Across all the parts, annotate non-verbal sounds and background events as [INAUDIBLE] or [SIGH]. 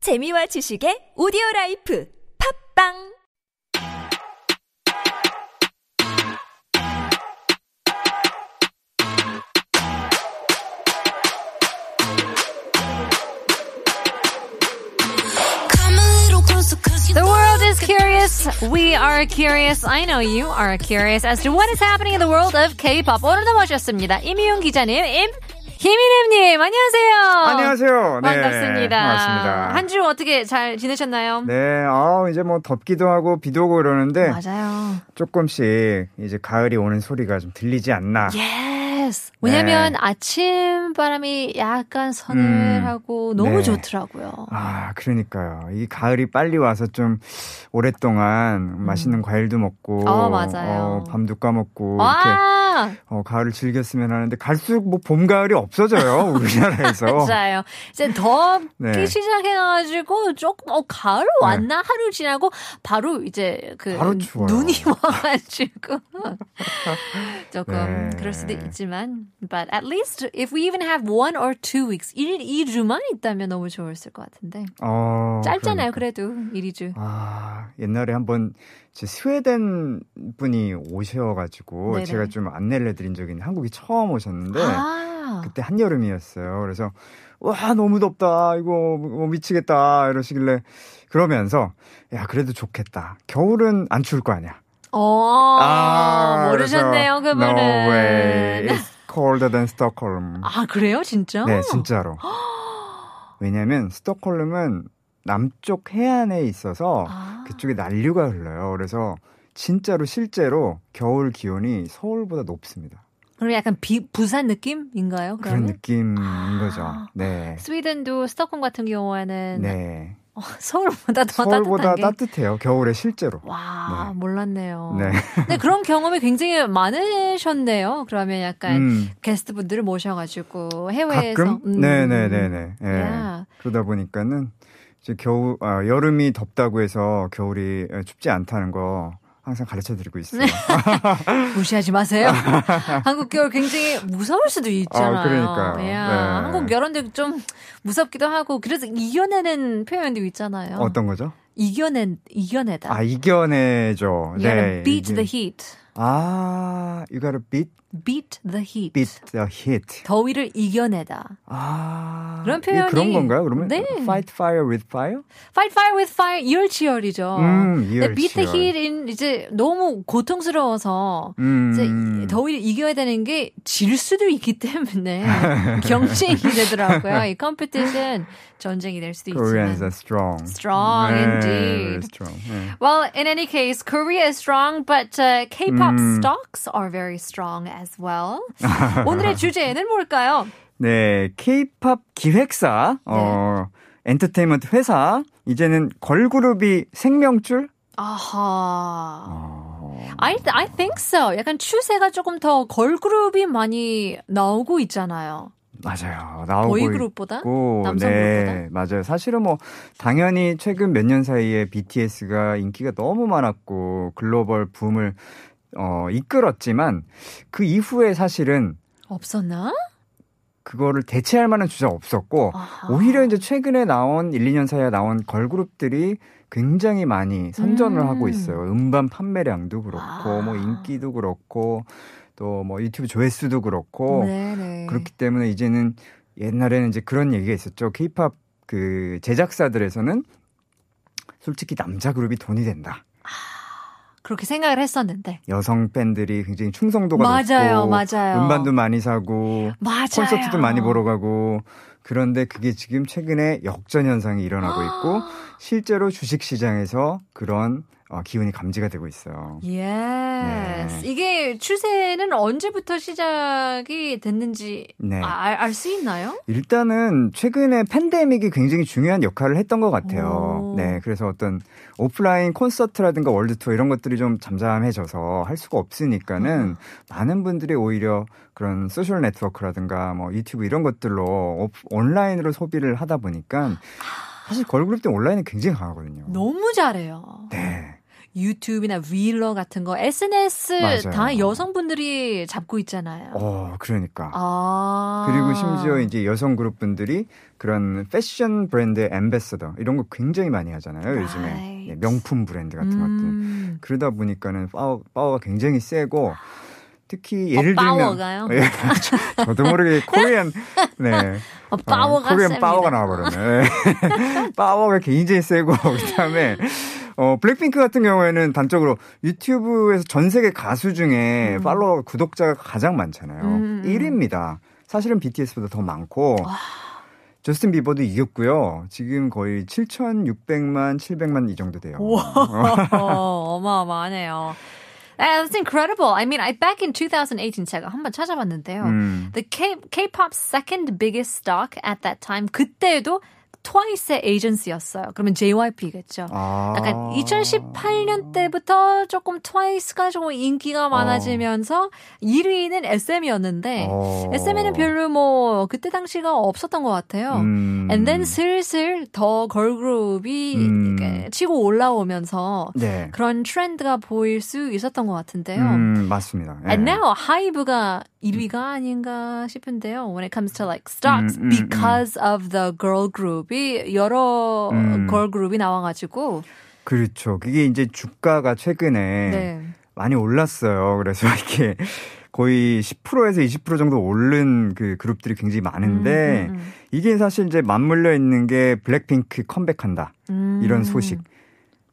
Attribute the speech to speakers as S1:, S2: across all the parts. S1: 재미와 지식의 오디오 라이프 팝빵
S2: Come a little closer cause you
S3: The world is curious. We are curious. I know you are curious as to what is happening in the world of K-pop. 오늘도 모셨습니다. 임희용 기자님, 임 김인혜님, 안녕하세요.
S4: 안녕하세요. 네,
S3: 어, 반갑습니다.
S4: 반갑습니다.
S3: 한 주 어떻게 잘 지내셨나요?
S4: 네, 아 이제 뭐 덥기도 하고 비도 오고 이러는데
S3: 맞아요.
S4: 조금씩 이제 가을이 오는 소리가 좀 들리지 않나.
S3: 예. Yes. 왜냐면
S4: 네.
S3: 아침 바람이 약간 서늘하고 너무
S4: 네.
S3: 좋더라고요.
S4: 아, 그러니까요. 이 가을이 빨리 와서 좀 오랫동안 맛있는 과일도 먹고,
S3: 음. 어, 맞아요. 아.
S4: 어, 밤도 까먹고 뭐 이렇게
S3: 와,
S4: 어, 가을을 즐겼으면 하는데 갈수록 뭐 봄
S3: [LAUGHS]
S4: 가을이 없어져요 우리나라에서.
S3: 맞아요. 이제 덥기
S4: 네.
S3: 시작해가지고 조금 어 가을 왔나 하루 지나고 바로 이제 그
S4: 바로 추워요.
S3: 눈이 [LAUGHS] 와가지고 [LAUGHS] 조금
S4: 네.
S3: 그럴 수도 있지만 but at least if we even have one or two weeks 1, 2주만 있다면 너무 좋았을 것 같은데
S4: 어,
S3: 짧잖아요
S4: 그러니까.
S3: 그래도 1, 2주
S4: 아, 옛날에 한번 제 스웨덴 분이 오셔가지고
S3: 네네.
S4: 제가 좀 안내를 해드린 적이 있는데 한국에 처음 오셨는데
S3: 아
S4: 그때 한여름이었어요. 그래서 와 너무 덥다 이거 뭐 미치겠다 이러시길래 그러면서 야 그래도 좋겠다. 겨울은 안 추울 거 아니야.
S3: 어,
S4: 아, 그래서
S3: 모르셨네요 그분은
S4: No way. It's colder than Stockholm.
S3: 아 그래요 진짜?
S4: 네,
S3: [GASPS]
S4: 진짜로. 왜냐면 스톡홀름은 남쪽 해안에 있어서
S3: 아.
S4: 그쪽에 난류가 흘러요. 그래서 진짜로 실제로 겨울 기온이 서울보다 높습니다.
S3: 그럼 약간 비, 부산 느낌인가요?
S4: 그런
S3: 그러면?
S4: 느낌인
S3: 아.
S4: 거죠. 네.
S3: 스웨덴도 스톡홈 같은 경우에는
S4: 네.
S3: 어, [LAUGHS] 서울보다 더
S4: 서울보다
S3: 따뜻한 게. 어,
S4: 따뜻해요. 겨울에 실제로.
S3: 와
S4: 네.
S3: 몰랐네요.
S4: 네.
S3: 근데 그런 경험이 굉장히 많으셨네요. 그러면 약간
S4: 음,
S3: 게스트분들을 모셔가지고 그러니까 해외에서
S4: 가끔?
S3: 음.
S4: 네, 네, 네, 네. 예.
S3: 야.
S4: 그러다 보니까는 이제 겨울 아, 여름이 덥다고 해서 겨울이 어, 춥지 않다는 거 항상 가르쳐 드리고 있어요.
S3: 네. 무시하지
S4: [LAUGHS]
S3: 마세요. 한국 겨울 굉장히 무서울 수도 있잖아요.
S4: 아, 그러니까요.
S3: 야,
S4: 네.
S3: 한국 여름도 좀 무섭기도 하고 그래서 이겨내는 표현도 있잖아요.
S4: 어떤 거죠?
S3: 이겨낸 이겨내다.
S4: 아 이겨내죠. 네,
S3: 이거는 beat
S4: 이게-
S3: the heat.
S4: 아, you gotta beat
S3: beat the heat.
S4: beat the heat.
S3: 더위를 이겨내다.
S4: 아,
S3: 그런
S4: 이게
S3: 표현이-
S4: 그런 건가요? 그러면
S3: 네.
S4: fight fire with fire?
S3: Fight fire with fire 이열치열이죠.
S4: 음, 이열치열.
S3: 근데 beat the heat인 이제 너무 고통스러워서
S4: 음,
S3: 이제 더위를 이겨야 되는 게 질 수도 있기
S4: [LAUGHS]
S3: 때문에 경쟁이 되더라고요. 이 컴피티션 전쟁이 될 수도
S4: Koreans
S3: 있지만.
S4: are strong.
S3: Strong
S4: 네, very
S3: indeed.
S4: strong. 네.
S3: Well, in any case, Korea is strong, but uh, K-pop
S4: 음.
S3: stocks are very strong as well. 오늘의 주제는 뭘까요?
S4: 네, K-pop 기획사, 어,
S3: 네.
S4: 엔터테인먼트 회사, 이제는 걸그룹이 생명줄?
S3: 아하.
S4: 어,
S3: I, I think so. 약간 추세가 조금 더 걸그룹이 많이 나오고 있잖아요.
S4: 맞아요. 나오고
S3: 보이그룹보다?
S4: 있고,
S3: 남성
S4: 네, 맞아요. 사실은 뭐 당연히 최근 몇 년 사이에 BTS가 인기가 너무 많았고 글로벌 붐을 어, 이끌었지만 그 이후에 사실은
S3: 없었나?
S4: 그거를 대체할 만한 주자 없었고
S3: 아하.
S4: 오히려 이제 최근에 나온 1, 2년 사이에 나온 걸그룹들이 굉장히 많이 선전을
S3: 음.
S4: 하고 있어요. 음반 판매량도 그렇고
S3: 아.
S4: 뭐 인기도 그렇고 또 뭐 유튜브 조회수도 그렇고
S3: 네네.
S4: 어, 그렇기 때문에 이제는 옛날에는 이제 그런 얘기가 있었죠. 케이팝 그 제작사들에서는 솔직히 남자 그룹이 돈이 된다.
S3: 그렇게 생각을 했었는데.
S4: 여성 팬들이 굉장히 충성도가
S3: 맞아요,
S4: 높고
S3: 맞아요.
S4: 음반도 많이 사고
S3: 맞아요.
S4: 콘서트도 많이 보러 가고 그런데 그게 지금 최근에 역전 현상이 일어나고 있고
S3: 아.
S4: 실제로 주식 시장에서 그런 어, 기운이 감지가 되고 있어요.
S3: [GASPS]
S4: 네.
S3: Yes. 이게 추세는 언제부터 시작이 됐는지 아,
S4: 네.
S3: 알 수 있나요?
S4: 일단은 최근에 팬데믹이 굉장히 중요한 역할을 했던 것 같아요.
S3: 오.
S4: 네, 그래서 어떤 오프라인 콘서트라든가 월드 투어 이런 것들이 좀 잠잠해져서 할 수가 없으니까는 많은 분들이 오히려 그런 소셜 네트워크라든가 뭐 유튜브 이런 것들로 오- 온라인으로 소비를 하다 보니까 사실 걸그룹들 온라인이 굉장히 강하거든요.
S3: 너무 잘해요.
S4: 네.
S3: 유튜브나 윌러 같은 거 SNS 다
S4: 맞아요.
S3: 여성분들이 잡고 있잖아요.
S4: 어, 그러니까.
S3: 아.
S4: 그리고 심지어 이제 여성 그룹 분들이 그런 패션 브랜드의 앰베서더 이런 거 굉장히 많이 하잖아요 요즘에
S3: Right.
S4: 예, 명품 브랜드 같은 것들
S3: 음.
S4: 그러다 보니까는 파워, 파워가 굉장히 세고 특히 예를 들면
S3: 어, 파워가요?
S4: 예, 저- 저도 모르게
S3: [LAUGHS]
S4: 코리안 네
S3: 어, 파워가
S4: 코리안
S3: 셉니다.
S4: 파워가 나와버렸네
S3: [LAUGHS]
S4: 예. 파워가 굉장히 세고 [LAUGHS] 그다음에 어 블랙핑크 같은 경우에는 단적으로 유튜브에서 전 세계 가수 중에 팔로워 구독자가 가장 많잖아요
S3: 음, 음.
S4: 1위입니다 사실은 BTS보다 더 많고 저스틴 비버도 이겼고요. 지금 거의 7,600만, 700만 이 정도 돼요.
S3: 어, 어마어마하네요. That's incredible. I mean, I back in 2018 제가 한번 찾아봤는데요.
S4: 음.
S3: The K, K-pop's second biggest stock at that time 그때도 트와이스의 에이전시였어요. 그러면 JYP겠죠.
S4: 아.
S3: 약간 2018년 때부터 조금 트와이스가 조금
S4: 어.
S3: 인기가 많아지면서 1위는 SM이었는데
S4: 어.
S3: SM에는 별로 뭐 그때 당시가 없었던 것 같아요.
S4: 음.
S3: And then 슬슬 더 걸그룹이
S4: 음.
S3: 이렇게 치고 올라오면서
S4: 네.
S3: 그런 트렌드가 보일 수 있었던 것 같은데요.
S4: 음, 맞습니다. 예.
S3: And now 하이브가 1위가 아닌가 싶은데요. When it comes to like stocks,
S4: 음, 음,
S3: because of the girl group이 여러
S4: 음.
S3: girl group이 나와가지고
S4: 그렇죠. 그게 이제 주가가 최근에
S3: 네.
S4: 많이 올랐어요. 그래서 [LAUGHS] 이렇게 거의 10%에서 20% 정도 오른 그 그룹들이 굉장히 많은데
S3: 음, 음, 음.
S4: 이게 사실 이제 맞물려 있는 게 블랙핑크 컴백한다.
S3: 음.
S4: 이런 소식.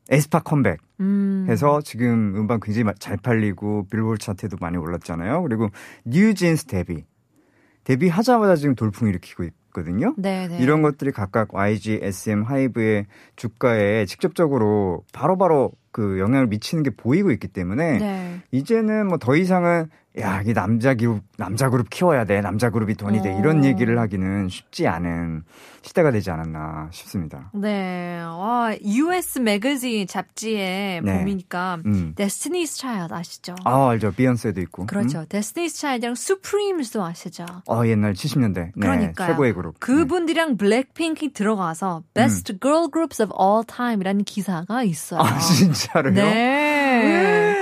S4: 에스파 컴백.
S3: 음.
S4: 해서 지금 음반 굉장히 마- 잘 팔리고 빌보드 차트에도 많이 올랐잖아요. 그리고 뉴진스 데뷔. 데뷔하자마자 지금 돌풍 일으키고 있거든요.
S3: 네, 네.
S4: 이런 것들이 각각 YG, SM, 하이브의 주가에 직접적으로 바로바로 그 영향을 미치는 게 보이고 있기 때문에
S3: 네.
S4: 이제는 뭐 더 이상은 야, 이 남자 그룹, 남자 그룹 키워야 돼. 남자 그룹이 돈이 돼. 이런
S3: 어.
S4: 얘기를 하기는 쉽지 않은 시대가 되지 않았나 싶습니다.
S3: 네. 와, US 매거진 잡지에
S4: 네.
S3: 보니까
S4: 음.
S3: Destiny's Child 아시죠?
S4: 아, 알죠. 비욘세도 있고.
S3: 그렇죠.
S4: 음?
S3: Destiny's Child이랑 Supremes도 아시죠?
S4: 어, 옛날 70년대. 네,
S3: 그러니까요.
S4: 최고의 그룹. 네.
S3: 그분들이랑 블랙핑크 들어가서 Best Girl Groups of All Time이라는 기사가 있어요.
S4: 음. 아 진짜로요?
S3: 네.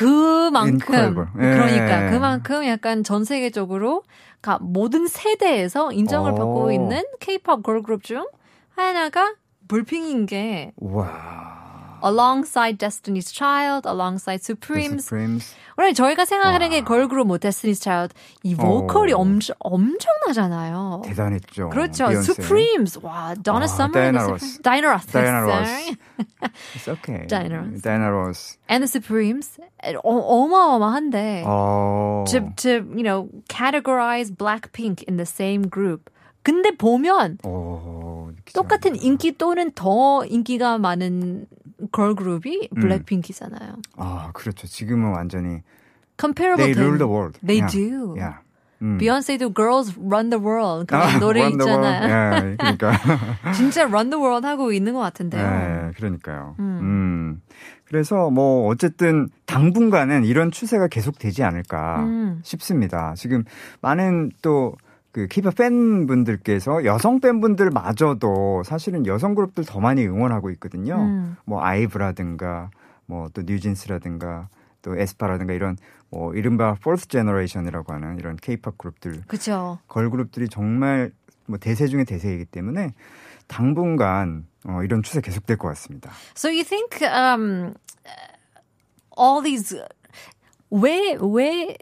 S4: 인크라이블.
S3: 그만큼
S4: 예.
S3: 그러니까 그만큼 약간 전 세계적으로 가- 모든 세대에서 인정을
S4: 오.
S3: 받고 있는 K-pop 걸 그룹 중 하나가 블핑인 게
S4: 와.
S3: alongside Destiny's Child, alongside Supremes
S4: 프림스.
S3: 원래 저희가 생각하는 게 걸그룹 뭐 데스니스 차일드 이 보컬이
S4: 아. 어.
S3: 엄청 엄청나잖아요.
S4: 대단했죠.
S3: 그렇죠.
S4: 비욘세.
S3: Supremes. 와, Donna
S4: 아,
S3: Summer. and
S4: Diana
S3: the
S4: Ross.
S3: Supre- Diana Ross.
S4: Diana
S3: sorry.
S4: Ross.
S3: [LAUGHS]
S4: It's okay.
S3: Diana Ross.
S4: Diana Ross.
S3: And the Supremes. 어, 어마어마한데.
S4: 어.
S3: To, to, you know, categorize Blackpink in the same group. 근데 보면
S4: 오, 느끼지
S3: 똑같은
S4: 않는다.
S3: 인기 또는 더 인기가 많은 걸그룹이
S4: 음.
S3: 블랙핑키잖아요.
S4: 아 그렇죠. 지금은 완전히
S3: Comparable.
S4: They
S3: to-
S4: rule the world.
S3: They
S4: Yeah.
S3: do.
S4: Yeah. 음.
S3: Beyonce도 Girls Run the World 그런
S4: [LAUGHS] 아,
S3: 노래
S4: Run the World.
S3: 있잖아요.
S4: 예, 그러니까.
S3: 진짜 Run the World 하고 있는 것 같은데요.
S4: 네, 그러니까요. 음. 그래서 뭐 어쨌든 당분간은 이런 추세가 계속 되지 않을까
S3: 음.
S4: 싶습니다. 지금 많은 또그 K-pop 팬분들께서 여성 팬분들마저도 사실은 여성 그룹들 더 많이 응원하고 있거든요.
S3: 음.
S4: 뭐 아이브라든가 뭐 또 뉴진스라든가 또 에스파라든가 이런 뭐 이른바 fourth generation이라고 하는 이런 K-pop 그룹들
S3: 그렇죠.
S4: 걸그룹들이 정말 뭐 대세 중에 대세이기 때문에 당분간 어, 이런 추세 계속될 것 같습니다.
S3: So you think um, all these 왜왜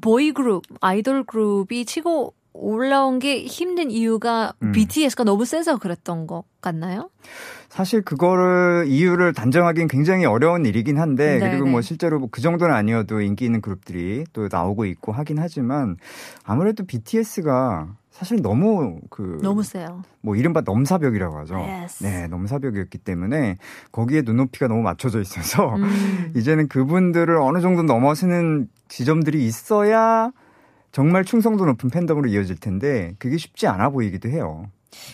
S3: 보이 그룹, 아이돌 그룹이 치고 올라온 게 힘든 이유가
S4: 음.
S3: BTS가 너무 세서 그랬던 것 같나요?
S4: 사실 그거를 이유를 단정하기는 굉장히 어려운 일이긴 한데
S3: 네,
S4: 그리고
S3: 네.
S4: 뭐 실제로 뭐 그 정도는 아니어도 인기 있는 그룹들이 또 나오고 있고 하긴 하지만 아무래도 BTS가 사실 너무 그
S3: 너무 세요.
S4: 뭐 이른바 넘사벽이라고 하죠.
S3: Yes.
S4: 네, 넘사벽이었기 때문에 거기에 눈높이가 너무 맞춰져 있어서
S3: 음.
S4: 이제는 그분들을 어느 정도 넘어서는 지점들이 있어야 정말 충성도 높은 팬덤으로 이어질 텐데 그게 쉽지 않아 보이기도 해요.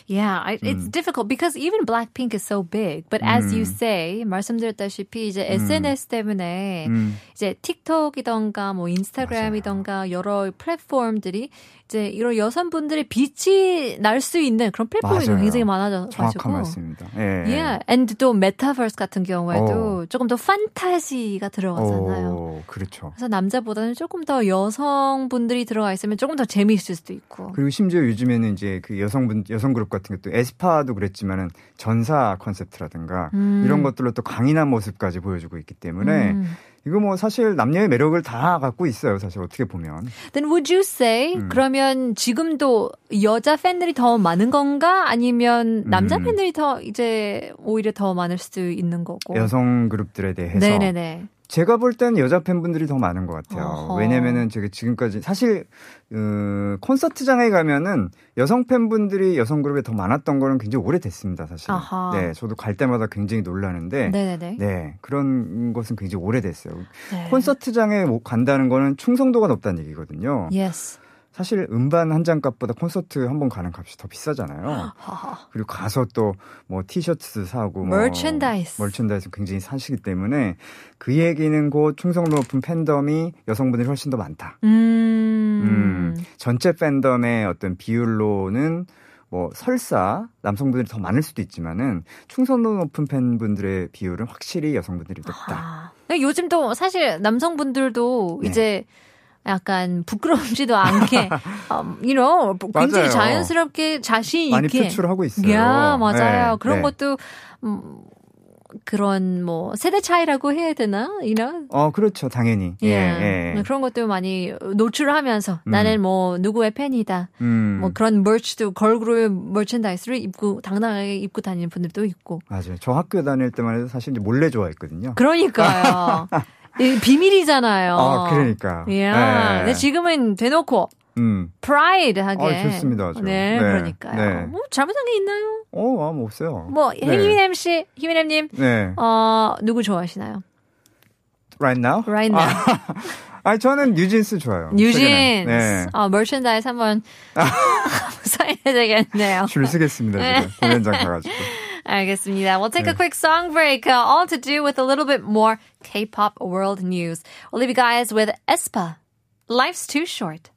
S3: Yeah, I, it's
S4: 음.
S3: difficult because even Blackpink is so big. But as you say, 말씀드렸다시피 이제 SNS 때문에
S4: 음,
S3: 이제 틱톡이던가 뭐 인스타그램이던가 여러 플랫폼들이 이제 이런 여성분들의 빛이 날 수 있는 그런 플랫폼이
S4: 맞아요.
S3: 굉장히 많아져가지고.
S4: 정확한 말씀입니다. 예.
S3: 예, and 또 메타버스 같은 경우에도
S4: 어.
S3: 조금 더 판타지가 들어가잖아요.
S4: 오, 그렇죠.
S3: 그래서 남자보다는 조금 더 여성분들이 들어가 있으면 조금 더 재미있을 수도 있고.
S4: 그리고 심지어 요즘에는 이제 그 여성분 여성 그룹 같은 것도 에스파도 그랬지만은 전사 컨셉트라든가
S3: 음.
S4: 이런 것들로 또 강인한 모습까지 보여주고 있기 때문에
S3: 음.
S4: 이거 뭐 사실 남녀의 매력을 다 갖고 있어요. 사실 어떻게 보면
S3: Then would you say
S4: 음.
S3: 그러면 지금도 여자 팬들이 더 많은 건가 아니면 남자
S4: 음.
S3: 팬들이 더 이제 오히려 더 많을 수도 있는 거고.
S4: 여성 그룹들에 대해서
S3: 네네네.
S4: 제가 볼 때는 여자 팬분들이 더 많은 것 같아요.
S3: 어허.
S4: 왜냐면은 제가 지금까지 사실 어, 콘서트장에 가면은 여성 팬분들이 여성 그룹에 더 많았던 거는 굉장히 오래됐습니다, 사실.
S3: 아하.
S4: 네, 저도 갈 때마다 굉장히 놀라는데
S3: 네네네.
S4: 네, 그런 것은 굉장히 오래됐어요.
S3: 네.
S4: 콘서트장에 뭐 간다는 거는 충성도가 높다는 얘기거든요.
S3: Yes.
S4: 사실 음반 한 장 값보다 콘서트 한 번 가는 값이 더 비싸잖아요.
S3: 하하.
S4: 그리고 가서 또 뭐 티셔츠 사고 뭐
S3: Merchandise.
S4: 멀천다이즈 굉장히 사시기 때문에 그 얘기는 곧 충성도 높은 팬덤이 여성분들이 훨씬 더 많다.
S3: 음.
S4: 음, 전체 팬덤의 어떤 비율로는 뭐 설사 남성분들이 더 많을 수도 있지만은 충성도 높은 팬분들의 비율은 확실히 여성분들이 높다.
S3: 아. 근데 요즘도 사실 남성분들도
S4: 네.
S3: 이제 약간 부끄럽지도
S4: [LAUGHS]
S3: 않게, 음, you know, 굉장히
S4: 맞아요.
S3: 자연스럽게 자신 있게.
S4: 많이 표출하고 있어요.
S3: 아, 야, 맞아요.
S4: 네,
S3: 그런
S4: 네.
S3: 것도 음, 그런 뭐 세대 차이라고 해야 되나? you know?
S4: 어, 그렇죠. 당연히. 예. 예.
S3: 그런 것도 많이 노출하면서
S4: 음.
S3: 나는 뭐 누구의 팬이다.
S4: 음.
S3: 뭐 그런 멀치도 걸그룹의 멀천다이스를 입고 당당하게 입고 다니는 분들도 있고.
S4: 맞아요. 저 학교 다닐 때만 해도 사실 이제 몰래 좋아했거든요. [LAUGHS]
S3: 그러니까요. 이 비밀이잖아요.
S4: 아, 그러니까.
S3: 예.
S4: 네.
S3: 근데 지금은 대놓고
S4: 음.
S3: 프라이드하게.
S4: 아, 좋습니다, 아주.
S3: 네,
S4: 네,
S3: 그러니까요.
S4: 네.
S3: 뭐 잘못한 게 있나요?
S4: 어, 아무 없어요.
S3: 뭐
S4: 네.
S3: 희민엠 씨, 희민엠님,
S4: 네.
S3: 어 누구 좋아하시나요?
S4: Right now?
S3: Right now.
S4: 아, 저는 뉴진스 좋아요.
S3: 뉴진스.
S4: 최근에. 네.
S3: 어, 멀천다이스 한번 [LAUGHS] 사인해 되겠네요.
S4: 줄 쓰겠습니다,
S3: 네.
S4: 지금. 공연장 가가지고.
S3: 알겠습니다. We'll take a
S4: 네.
S3: quick song break, uh, all to do with a little bit more K-pop world news. We'll leave you guys with Espa. Life's too short.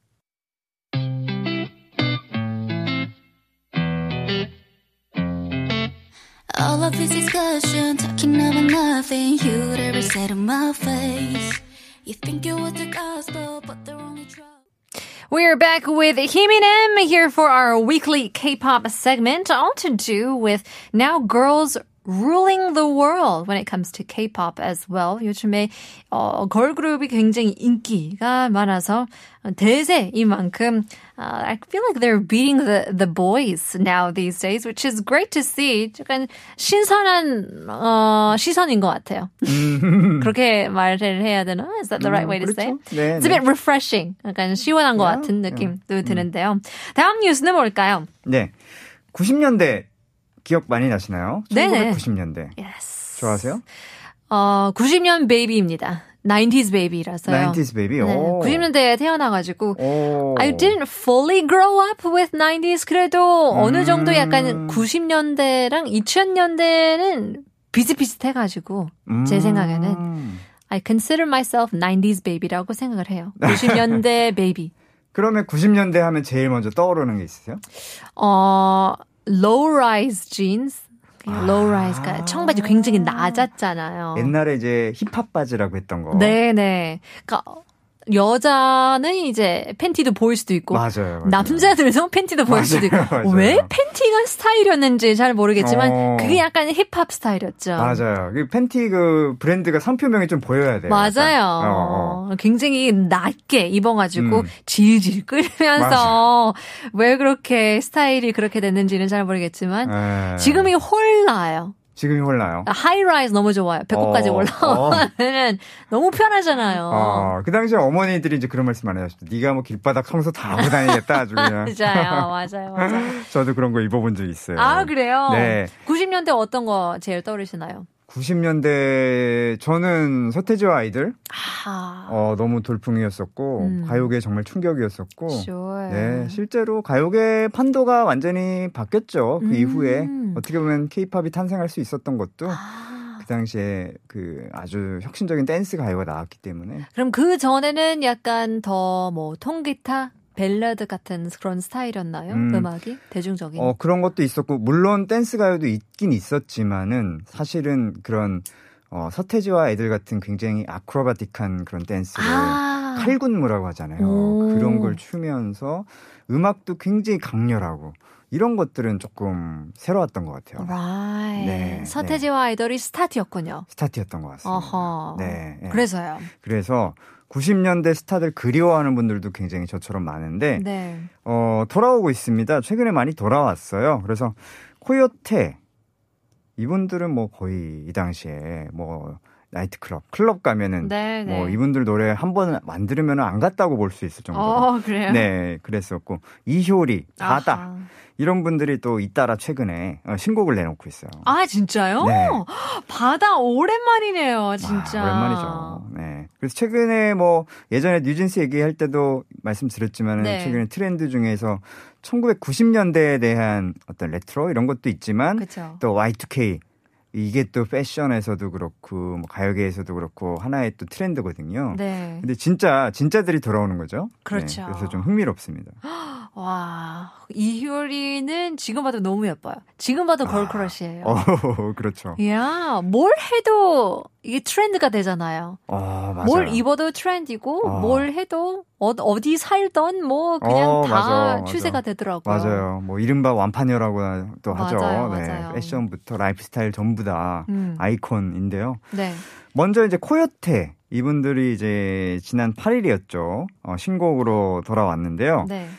S2: All of this discussion, talking about nothing, you'd ever say to my face. You think it was the gospel, but they're only trouble.
S3: We're back with Himin M here for our weekly K-pop segment, all to do with now girls ruling the world when it comes to K-pop as well. 요즘에 어, 걸그룹이 굉장히 인기가 많아서 대세인 만큼 uh, I feel like they're beating the the boys now these days, which is great to see. 약간 신선한 어, 시선인 것 같아요. [LAUGHS] 그렇게 말을 해야 되나? Is that the right way to say? it?
S4: 그렇죠. 네,
S3: It's a
S4: 네.
S3: bit refreshing. 약간 시원한 것 같은 느낌도 드는데요. 다음 뉴스는 뭘까요?
S4: 네. 90년대 기억 많이 나시나요?
S3: 네네.
S4: 1990년대.
S3: Yes.
S4: 좋아하세요?
S3: 어, 90년 베이비입니다. 90s 베이비라서요.
S4: 90s baby.
S3: 네,
S4: 오.
S3: 90년대에 태어나가지고
S4: 오.
S3: I didn't fully grow up with 90s. 그래도 어느 정도 약간
S4: 음.
S3: 90년대랑 2000년대는 비슷비슷해가지고 제
S4: 음.
S3: 생각에는 I consider myself 90s baby라고 생각을 해요. [LAUGHS] 90년대 베이비.
S4: 그러면 90년대 하면 제일 먼저 떠오르는 게 있으세요?
S3: 어, low-rise jeans. low-rise가
S4: 아.
S3: 청바지 굉장히 낮았잖아요.
S4: 옛날에 이제 힙합 바지라고 했던 거.
S3: 어. 네네. 그러니까 여자는 이제 팬티도 보일 수도 있고
S4: 맞아요. 맞아요.
S3: 남자들도 팬티도 보일 수도 있고
S4: 맞아요, 맞아요.
S3: 왜 팬티가 스타일이었는지 잘 모르겠지만
S4: 어.
S3: 그게 약간 힙합 스타일이었죠.
S4: 맞아요. 그 팬티 그 브랜드가 상표명이 좀 보여야 돼요.
S3: 맞아요.
S4: 약간. 어, 어.
S3: 굉장히 낮게 입어가지고
S4: 음.
S3: 질질 끌면서 왜 그렇게 스타일이 그렇게 됐는지는 잘 모르겠지만
S4: 예.
S3: 지금이 홀라요.
S4: 지금이 홀라요.
S3: 하이라이즈 너무 좋아요. 아, 배꼽까지 [LAUGHS]
S4: 어,
S3: 올라오면은 너무 편하잖아요.
S4: 어, 그 당시에 어머니들이 이제 그런 말씀 안 해주셨죠. 네가 뭐 길바닥 청소 다 하고 다니겠다 아주 그냥.
S3: 맞아요, 맞아요, [LAUGHS] 맞아요.
S4: 저도 그런 거 입어본 적 있어요.
S3: 아 그래요?
S4: 네.
S3: 90년대 어떤 거 제일 떠오르시나요?
S4: 90년대 저는 서태지와 아이들
S3: 아,
S4: 어, 너무 돌풍이었었고
S3: 음.
S4: 가요계 정말 충격이었었고
S3: sure.
S4: 네, 실제로 가요계 판도가 완전히 바뀌었죠. 그
S3: 음. 아,
S4: 이후에 어떻게 보면 케이팝이 탄생할 수 있었던 것도 그 당시에 그 아주 혁신적인 댄스 가요가 나왔기 때문에
S3: 그럼 그 전에는 약간 더 뭐 통기타 벨라드 같은 그런 스타일이었나요?
S4: 음.
S3: 음. 악이 대중적인.
S4: 어, 그런 것도 있었고, 물론 댄스 가요도 있긴 있었지만은, 사실은 그런, 어, 서태지와 애들 같은 굉장히 아크로바틱한 그런 댄스를
S3: 아.
S4: 칼군무라고 하잖아요.
S3: 오.
S4: 그런 걸 추면서 음악도 굉장히 강렬하고, 이런 것들은 조금 새로웠던 것 같아요.
S3: Right.
S4: 네,
S3: 서태지와 아이돌이 스타트였군요.
S4: 스타트였던 것 같습니다.
S3: 어허.
S4: 네. 예.
S3: 그래서요.
S4: 그래서 90년대 스타들 그리워하는 분들도 굉장히 저처럼 많은데,
S3: 네.
S4: 어, 돌아오고 있습니다. 최근에 많이 돌아왔어요. 그래서 코요테 이분들은 뭐 거의 이 당시에 뭐 나이트클럽 클럽 가면은
S3: 네,
S4: 뭐
S3: 네.
S4: 이분들 노래 한 번 만들으면 안 갔다고 볼 수 있을 정도로
S3: 어, 그래요?
S4: 네 그랬었고 이효리 바다
S3: 아하.
S4: 이런 분들이 또 잇따라 최근에 어, 신곡을 내놓고 있어요.
S3: 아, 진짜요?
S4: 네.
S3: 바다 오랜만이네요, 진짜.
S4: 아, 오랜만이죠. 네. 그래서 최근에 뭐 예전에 뉴진스 얘기할 때도 말씀드렸지만
S3: 네.
S4: 은 최근에 트렌드 중에서 1990년대에 대한 어떤 레트로 이런 것도 있지만
S3: 그쵸.
S4: 또 Y2K 이게 또 패션에서도 그렇고 뭐 가요계에서도 그렇고 하나의 또 트렌드거든요.
S3: 네.
S4: 근데 진짜 진짜들이 돌아오는 거죠. 네.
S3: 그렇죠. 아.
S4: 그래서 좀 흥미롭습니다.
S3: 와, 이효리는 지금 봐도 너무 예뻐요. 지금 봐도 걸크러시예요.
S4: 아. 어, [LAUGHS] 그렇죠.
S3: 이야, 뭘 해도 이게 트렌드가 되잖아요.
S4: 어, 맞아요.
S3: 뭘 입어도 트렌디고,
S4: 어.
S3: 뭘 해도 어, 디 살던 뭐 그냥
S4: 어,
S3: 다
S4: 맞아, 맞아.
S3: 추세가 되더라고요.
S4: 맞아요. 뭐 이른바 완판녀라고 또 하죠.
S3: 맞아요,
S4: 네.
S3: 맞아요.
S4: 패션부터 라이프스타일 전부 다
S3: 음.
S4: 아이콘인데요.
S3: 네.
S4: 먼저 이제 코요테 이분들이 이제 지난 8일이었죠. 어, 신곡으로 돌아왔는데요.
S3: 네.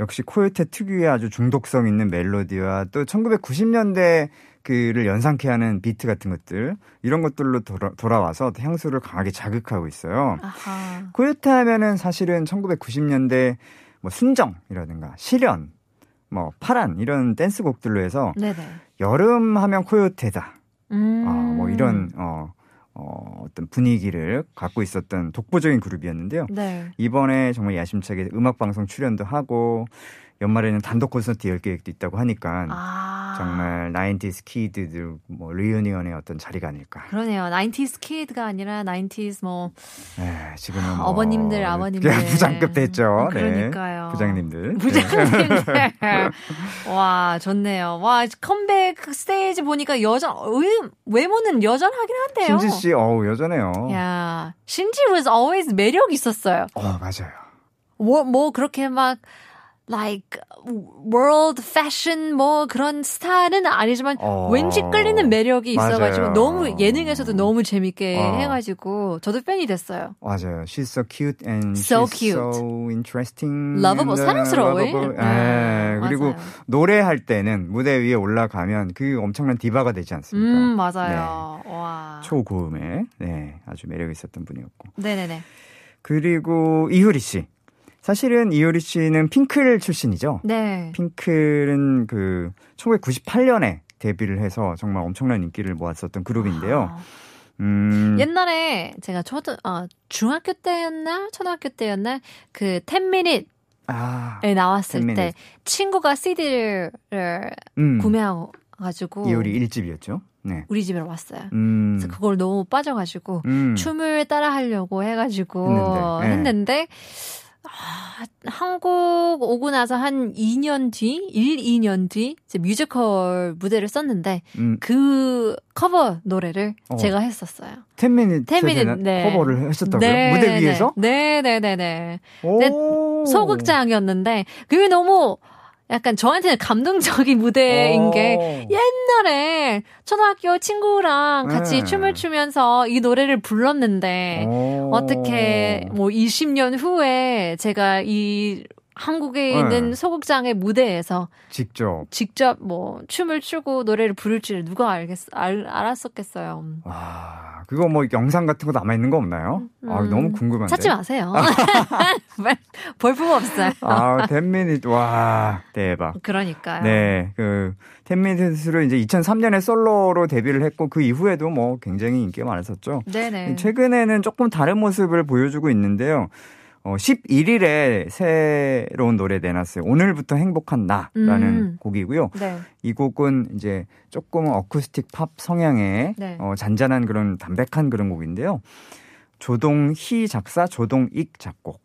S4: 역시 코요테 특유의 아주 중독성 있는 멜로디와 또 1990년대 그를 연상케 하는 비트 같은 것들 이런 것들로 돌아, 돌아와서 향수를 강하게 자극하고 있어요.
S3: 아하.
S4: 코요테 하면은 사실은 1990년대 뭐 순정이라든가 실현, 뭐 파란 이런 댄스곡들로 해서
S3: 네네.
S4: 여름 하면 코요테다.
S3: 음.
S4: 어, 뭐 이런 어, 어, 어떤 분위기를 갖고 있었던 독보적인 그룹이었는데요.
S3: 네.
S4: 이번에 정말 야심차게 음악 방송 출연도 하고 연말에는 단독 콘서트 열 계획도 있다고 하니까
S3: 아.
S4: 정말 나인티스 키드들 뭐 리유니언의 어떤 자리가 아닐까.
S3: 그러네요. 90s 키드가 아니라 90s 뭐
S4: 에, 지금은 뭐
S3: 어머님들, 아버님들.
S4: [LAUGHS]
S3: 아, 음,
S4: 부장급 됐죠. 네.
S3: 그러니까요.
S4: 부장님들. 네.
S3: 부장님들. [LAUGHS] 와, 좋네요. 와, 컴백 스테이지 보니까 여전 의- 외모는 여전하긴
S4: 네.
S3: 한데요.
S4: 신지 씨, 어우 여전해요.
S3: 야, 신지 was always 매력 있었어요.
S4: 어 맞아요.
S3: 뭐, 뭐 그렇게 막 like world fashion 뭐 그런 스타는 아니지만
S4: 어.
S3: 왠지 끌리는 매력이
S4: 맞아요.
S3: 있어가지고 너무 예능에서도 너무 재밌게
S4: 어.
S3: 해가지고 저도 팬이 됐어요.
S4: 맞아요. She's so cute and
S3: So
S4: she's
S3: cute.
S4: so interesting.
S3: Lovable.
S4: and, uh,
S3: 뭐 사랑스러워요.
S4: lovable.
S3: 네,
S4: 예, 그리고
S3: 맞아요.
S4: 노래할 때는 무대 위에 올라가면 그 엄청난 디바가 되지 않습니까?
S3: 음 맞아요. 와.
S4: 네. 초고음에 네, 아주 매력 있었던 분이었고.
S3: 네네네.
S4: 그리고 이효리 씨. 사실은 이효리 씨는 핑클 출신이죠.
S3: 네.
S4: 핑클은 그 1998년에 데뷔를 해서 정말 엄청난 인기를 모았었던 그룹인데요.
S3: 아,
S4: 음,
S3: 옛날에 제가 초등 아 중학교 때였나 초등학교 때였나 그 10미닛에
S4: 아,
S3: 네, 나왔을
S4: 10
S3: 때
S4: minute.
S3: 친구가 CD를
S4: 음,
S3: 구매하고 가지고
S4: 이효리 1집이었죠. 네.
S3: 우리 집에 왔어요.
S4: 음.
S3: 그래서 그걸 너무 빠져가지고
S4: 음.
S3: 춤을 따라 하려고 해가지고
S4: 했는데, 예.
S3: 했는데, 아, 한국 오고 나서 한 2년 뒤, 1, 2년 뒤 이제 뮤지컬 무대를 썼는데
S4: 음,
S3: 그 커버 노래를
S4: 어.
S3: 제가 했었어요.
S4: 10미닛
S3: 10 minute, 네.
S4: 커버를 했었다고요? 무대 위에서?
S3: 네, 네, 네, 네. 네,
S4: 오.
S3: 소극장이었는데 그게 너무 약간 저한테는 감동적인 무대인 게
S4: 예.
S3: 옛날에 초등학교 친구랑 같이
S4: 네. 어.
S3: 춤을 추면서 이 노래를 불렀는데 네. 어떻게 뭐 20년 후에 제가 이 한국에
S4: 네.
S3: 있는 소극장의 무대에서
S4: 직접
S3: 직접 뭐 춤을 추고 노래를 부를 줄 누가 알겠 알, 알았었겠어요.
S4: 와 그거 뭐 영상 같은 거 남아 있는 거 없나요? 아
S3: 음,
S4: 너무 궁금한데.
S3: 찾지 마세요. [LAUGHS] 볼품
S4: [LAUGHS]
S3: 없어요. [LAUGHS]
S4: 아 10미닛 와 대박.
S3: 그러니까요.
S4: 네, 그 10미닛으로 이제 2003년에 솔로로 데뷔를 했고 그 이후에도 뭐 굉장히 인기가 많았었죠.
S3: 네네.
S4: 최근에는 조금 다른 모습을 보여주고 있는데요. 어, 11일에 새로운 노래 내놨어요. 오늘부터 행복한 나라는
S3: 음.
S4: 곡이고요.
S3: 네.
S4: 이 곡은 이제 조금 어쿠스틱 팝 성향의
S3: 네.
S4: 어, 잔잔한 그런 담백한 그런 곡인데요. 조동희 작사, 조동익 작곡.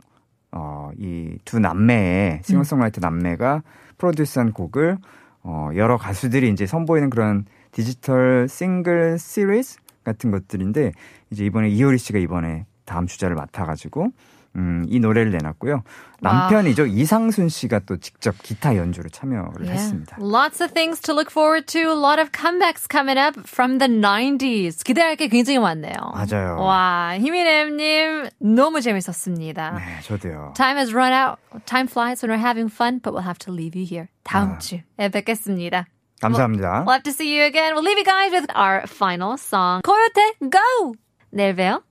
S4: 어, 이 두 남매의 싱어송라이터 남매가 프로듀스한 곡을 어, 여러 가수들이 이제 선보이는 그런 디지털 싱글 시리즈 같은 것들인데 이제 이번에 이효리 씨가 이번에 다음 주자를 맡아가지고 음, 이 노래를 내놨고요. 남편이죠 이상순 씨가 또 직접 기타 연주를 참여를
S3: 예.
S4: 했습니다.
S3: Lots of things to look forward to. A lot of comebacks coming up from the 90s. 기대할 게 굉장히 많네요.
S4: 맞아요.
S3: 와, 희미렘님 너무 재밌었습니다.
S4: 네, 저도요.
S3: Time has run out. Time flies when we're having fun, but we'll have to leave you here. 다음
S4: 아.
S3: 주에 뵙겠습니다.
S4: 감사합니다.
S3: We'll have to see you again. We'll leave you guys with our final song. 코요테, go! 내일 봬요.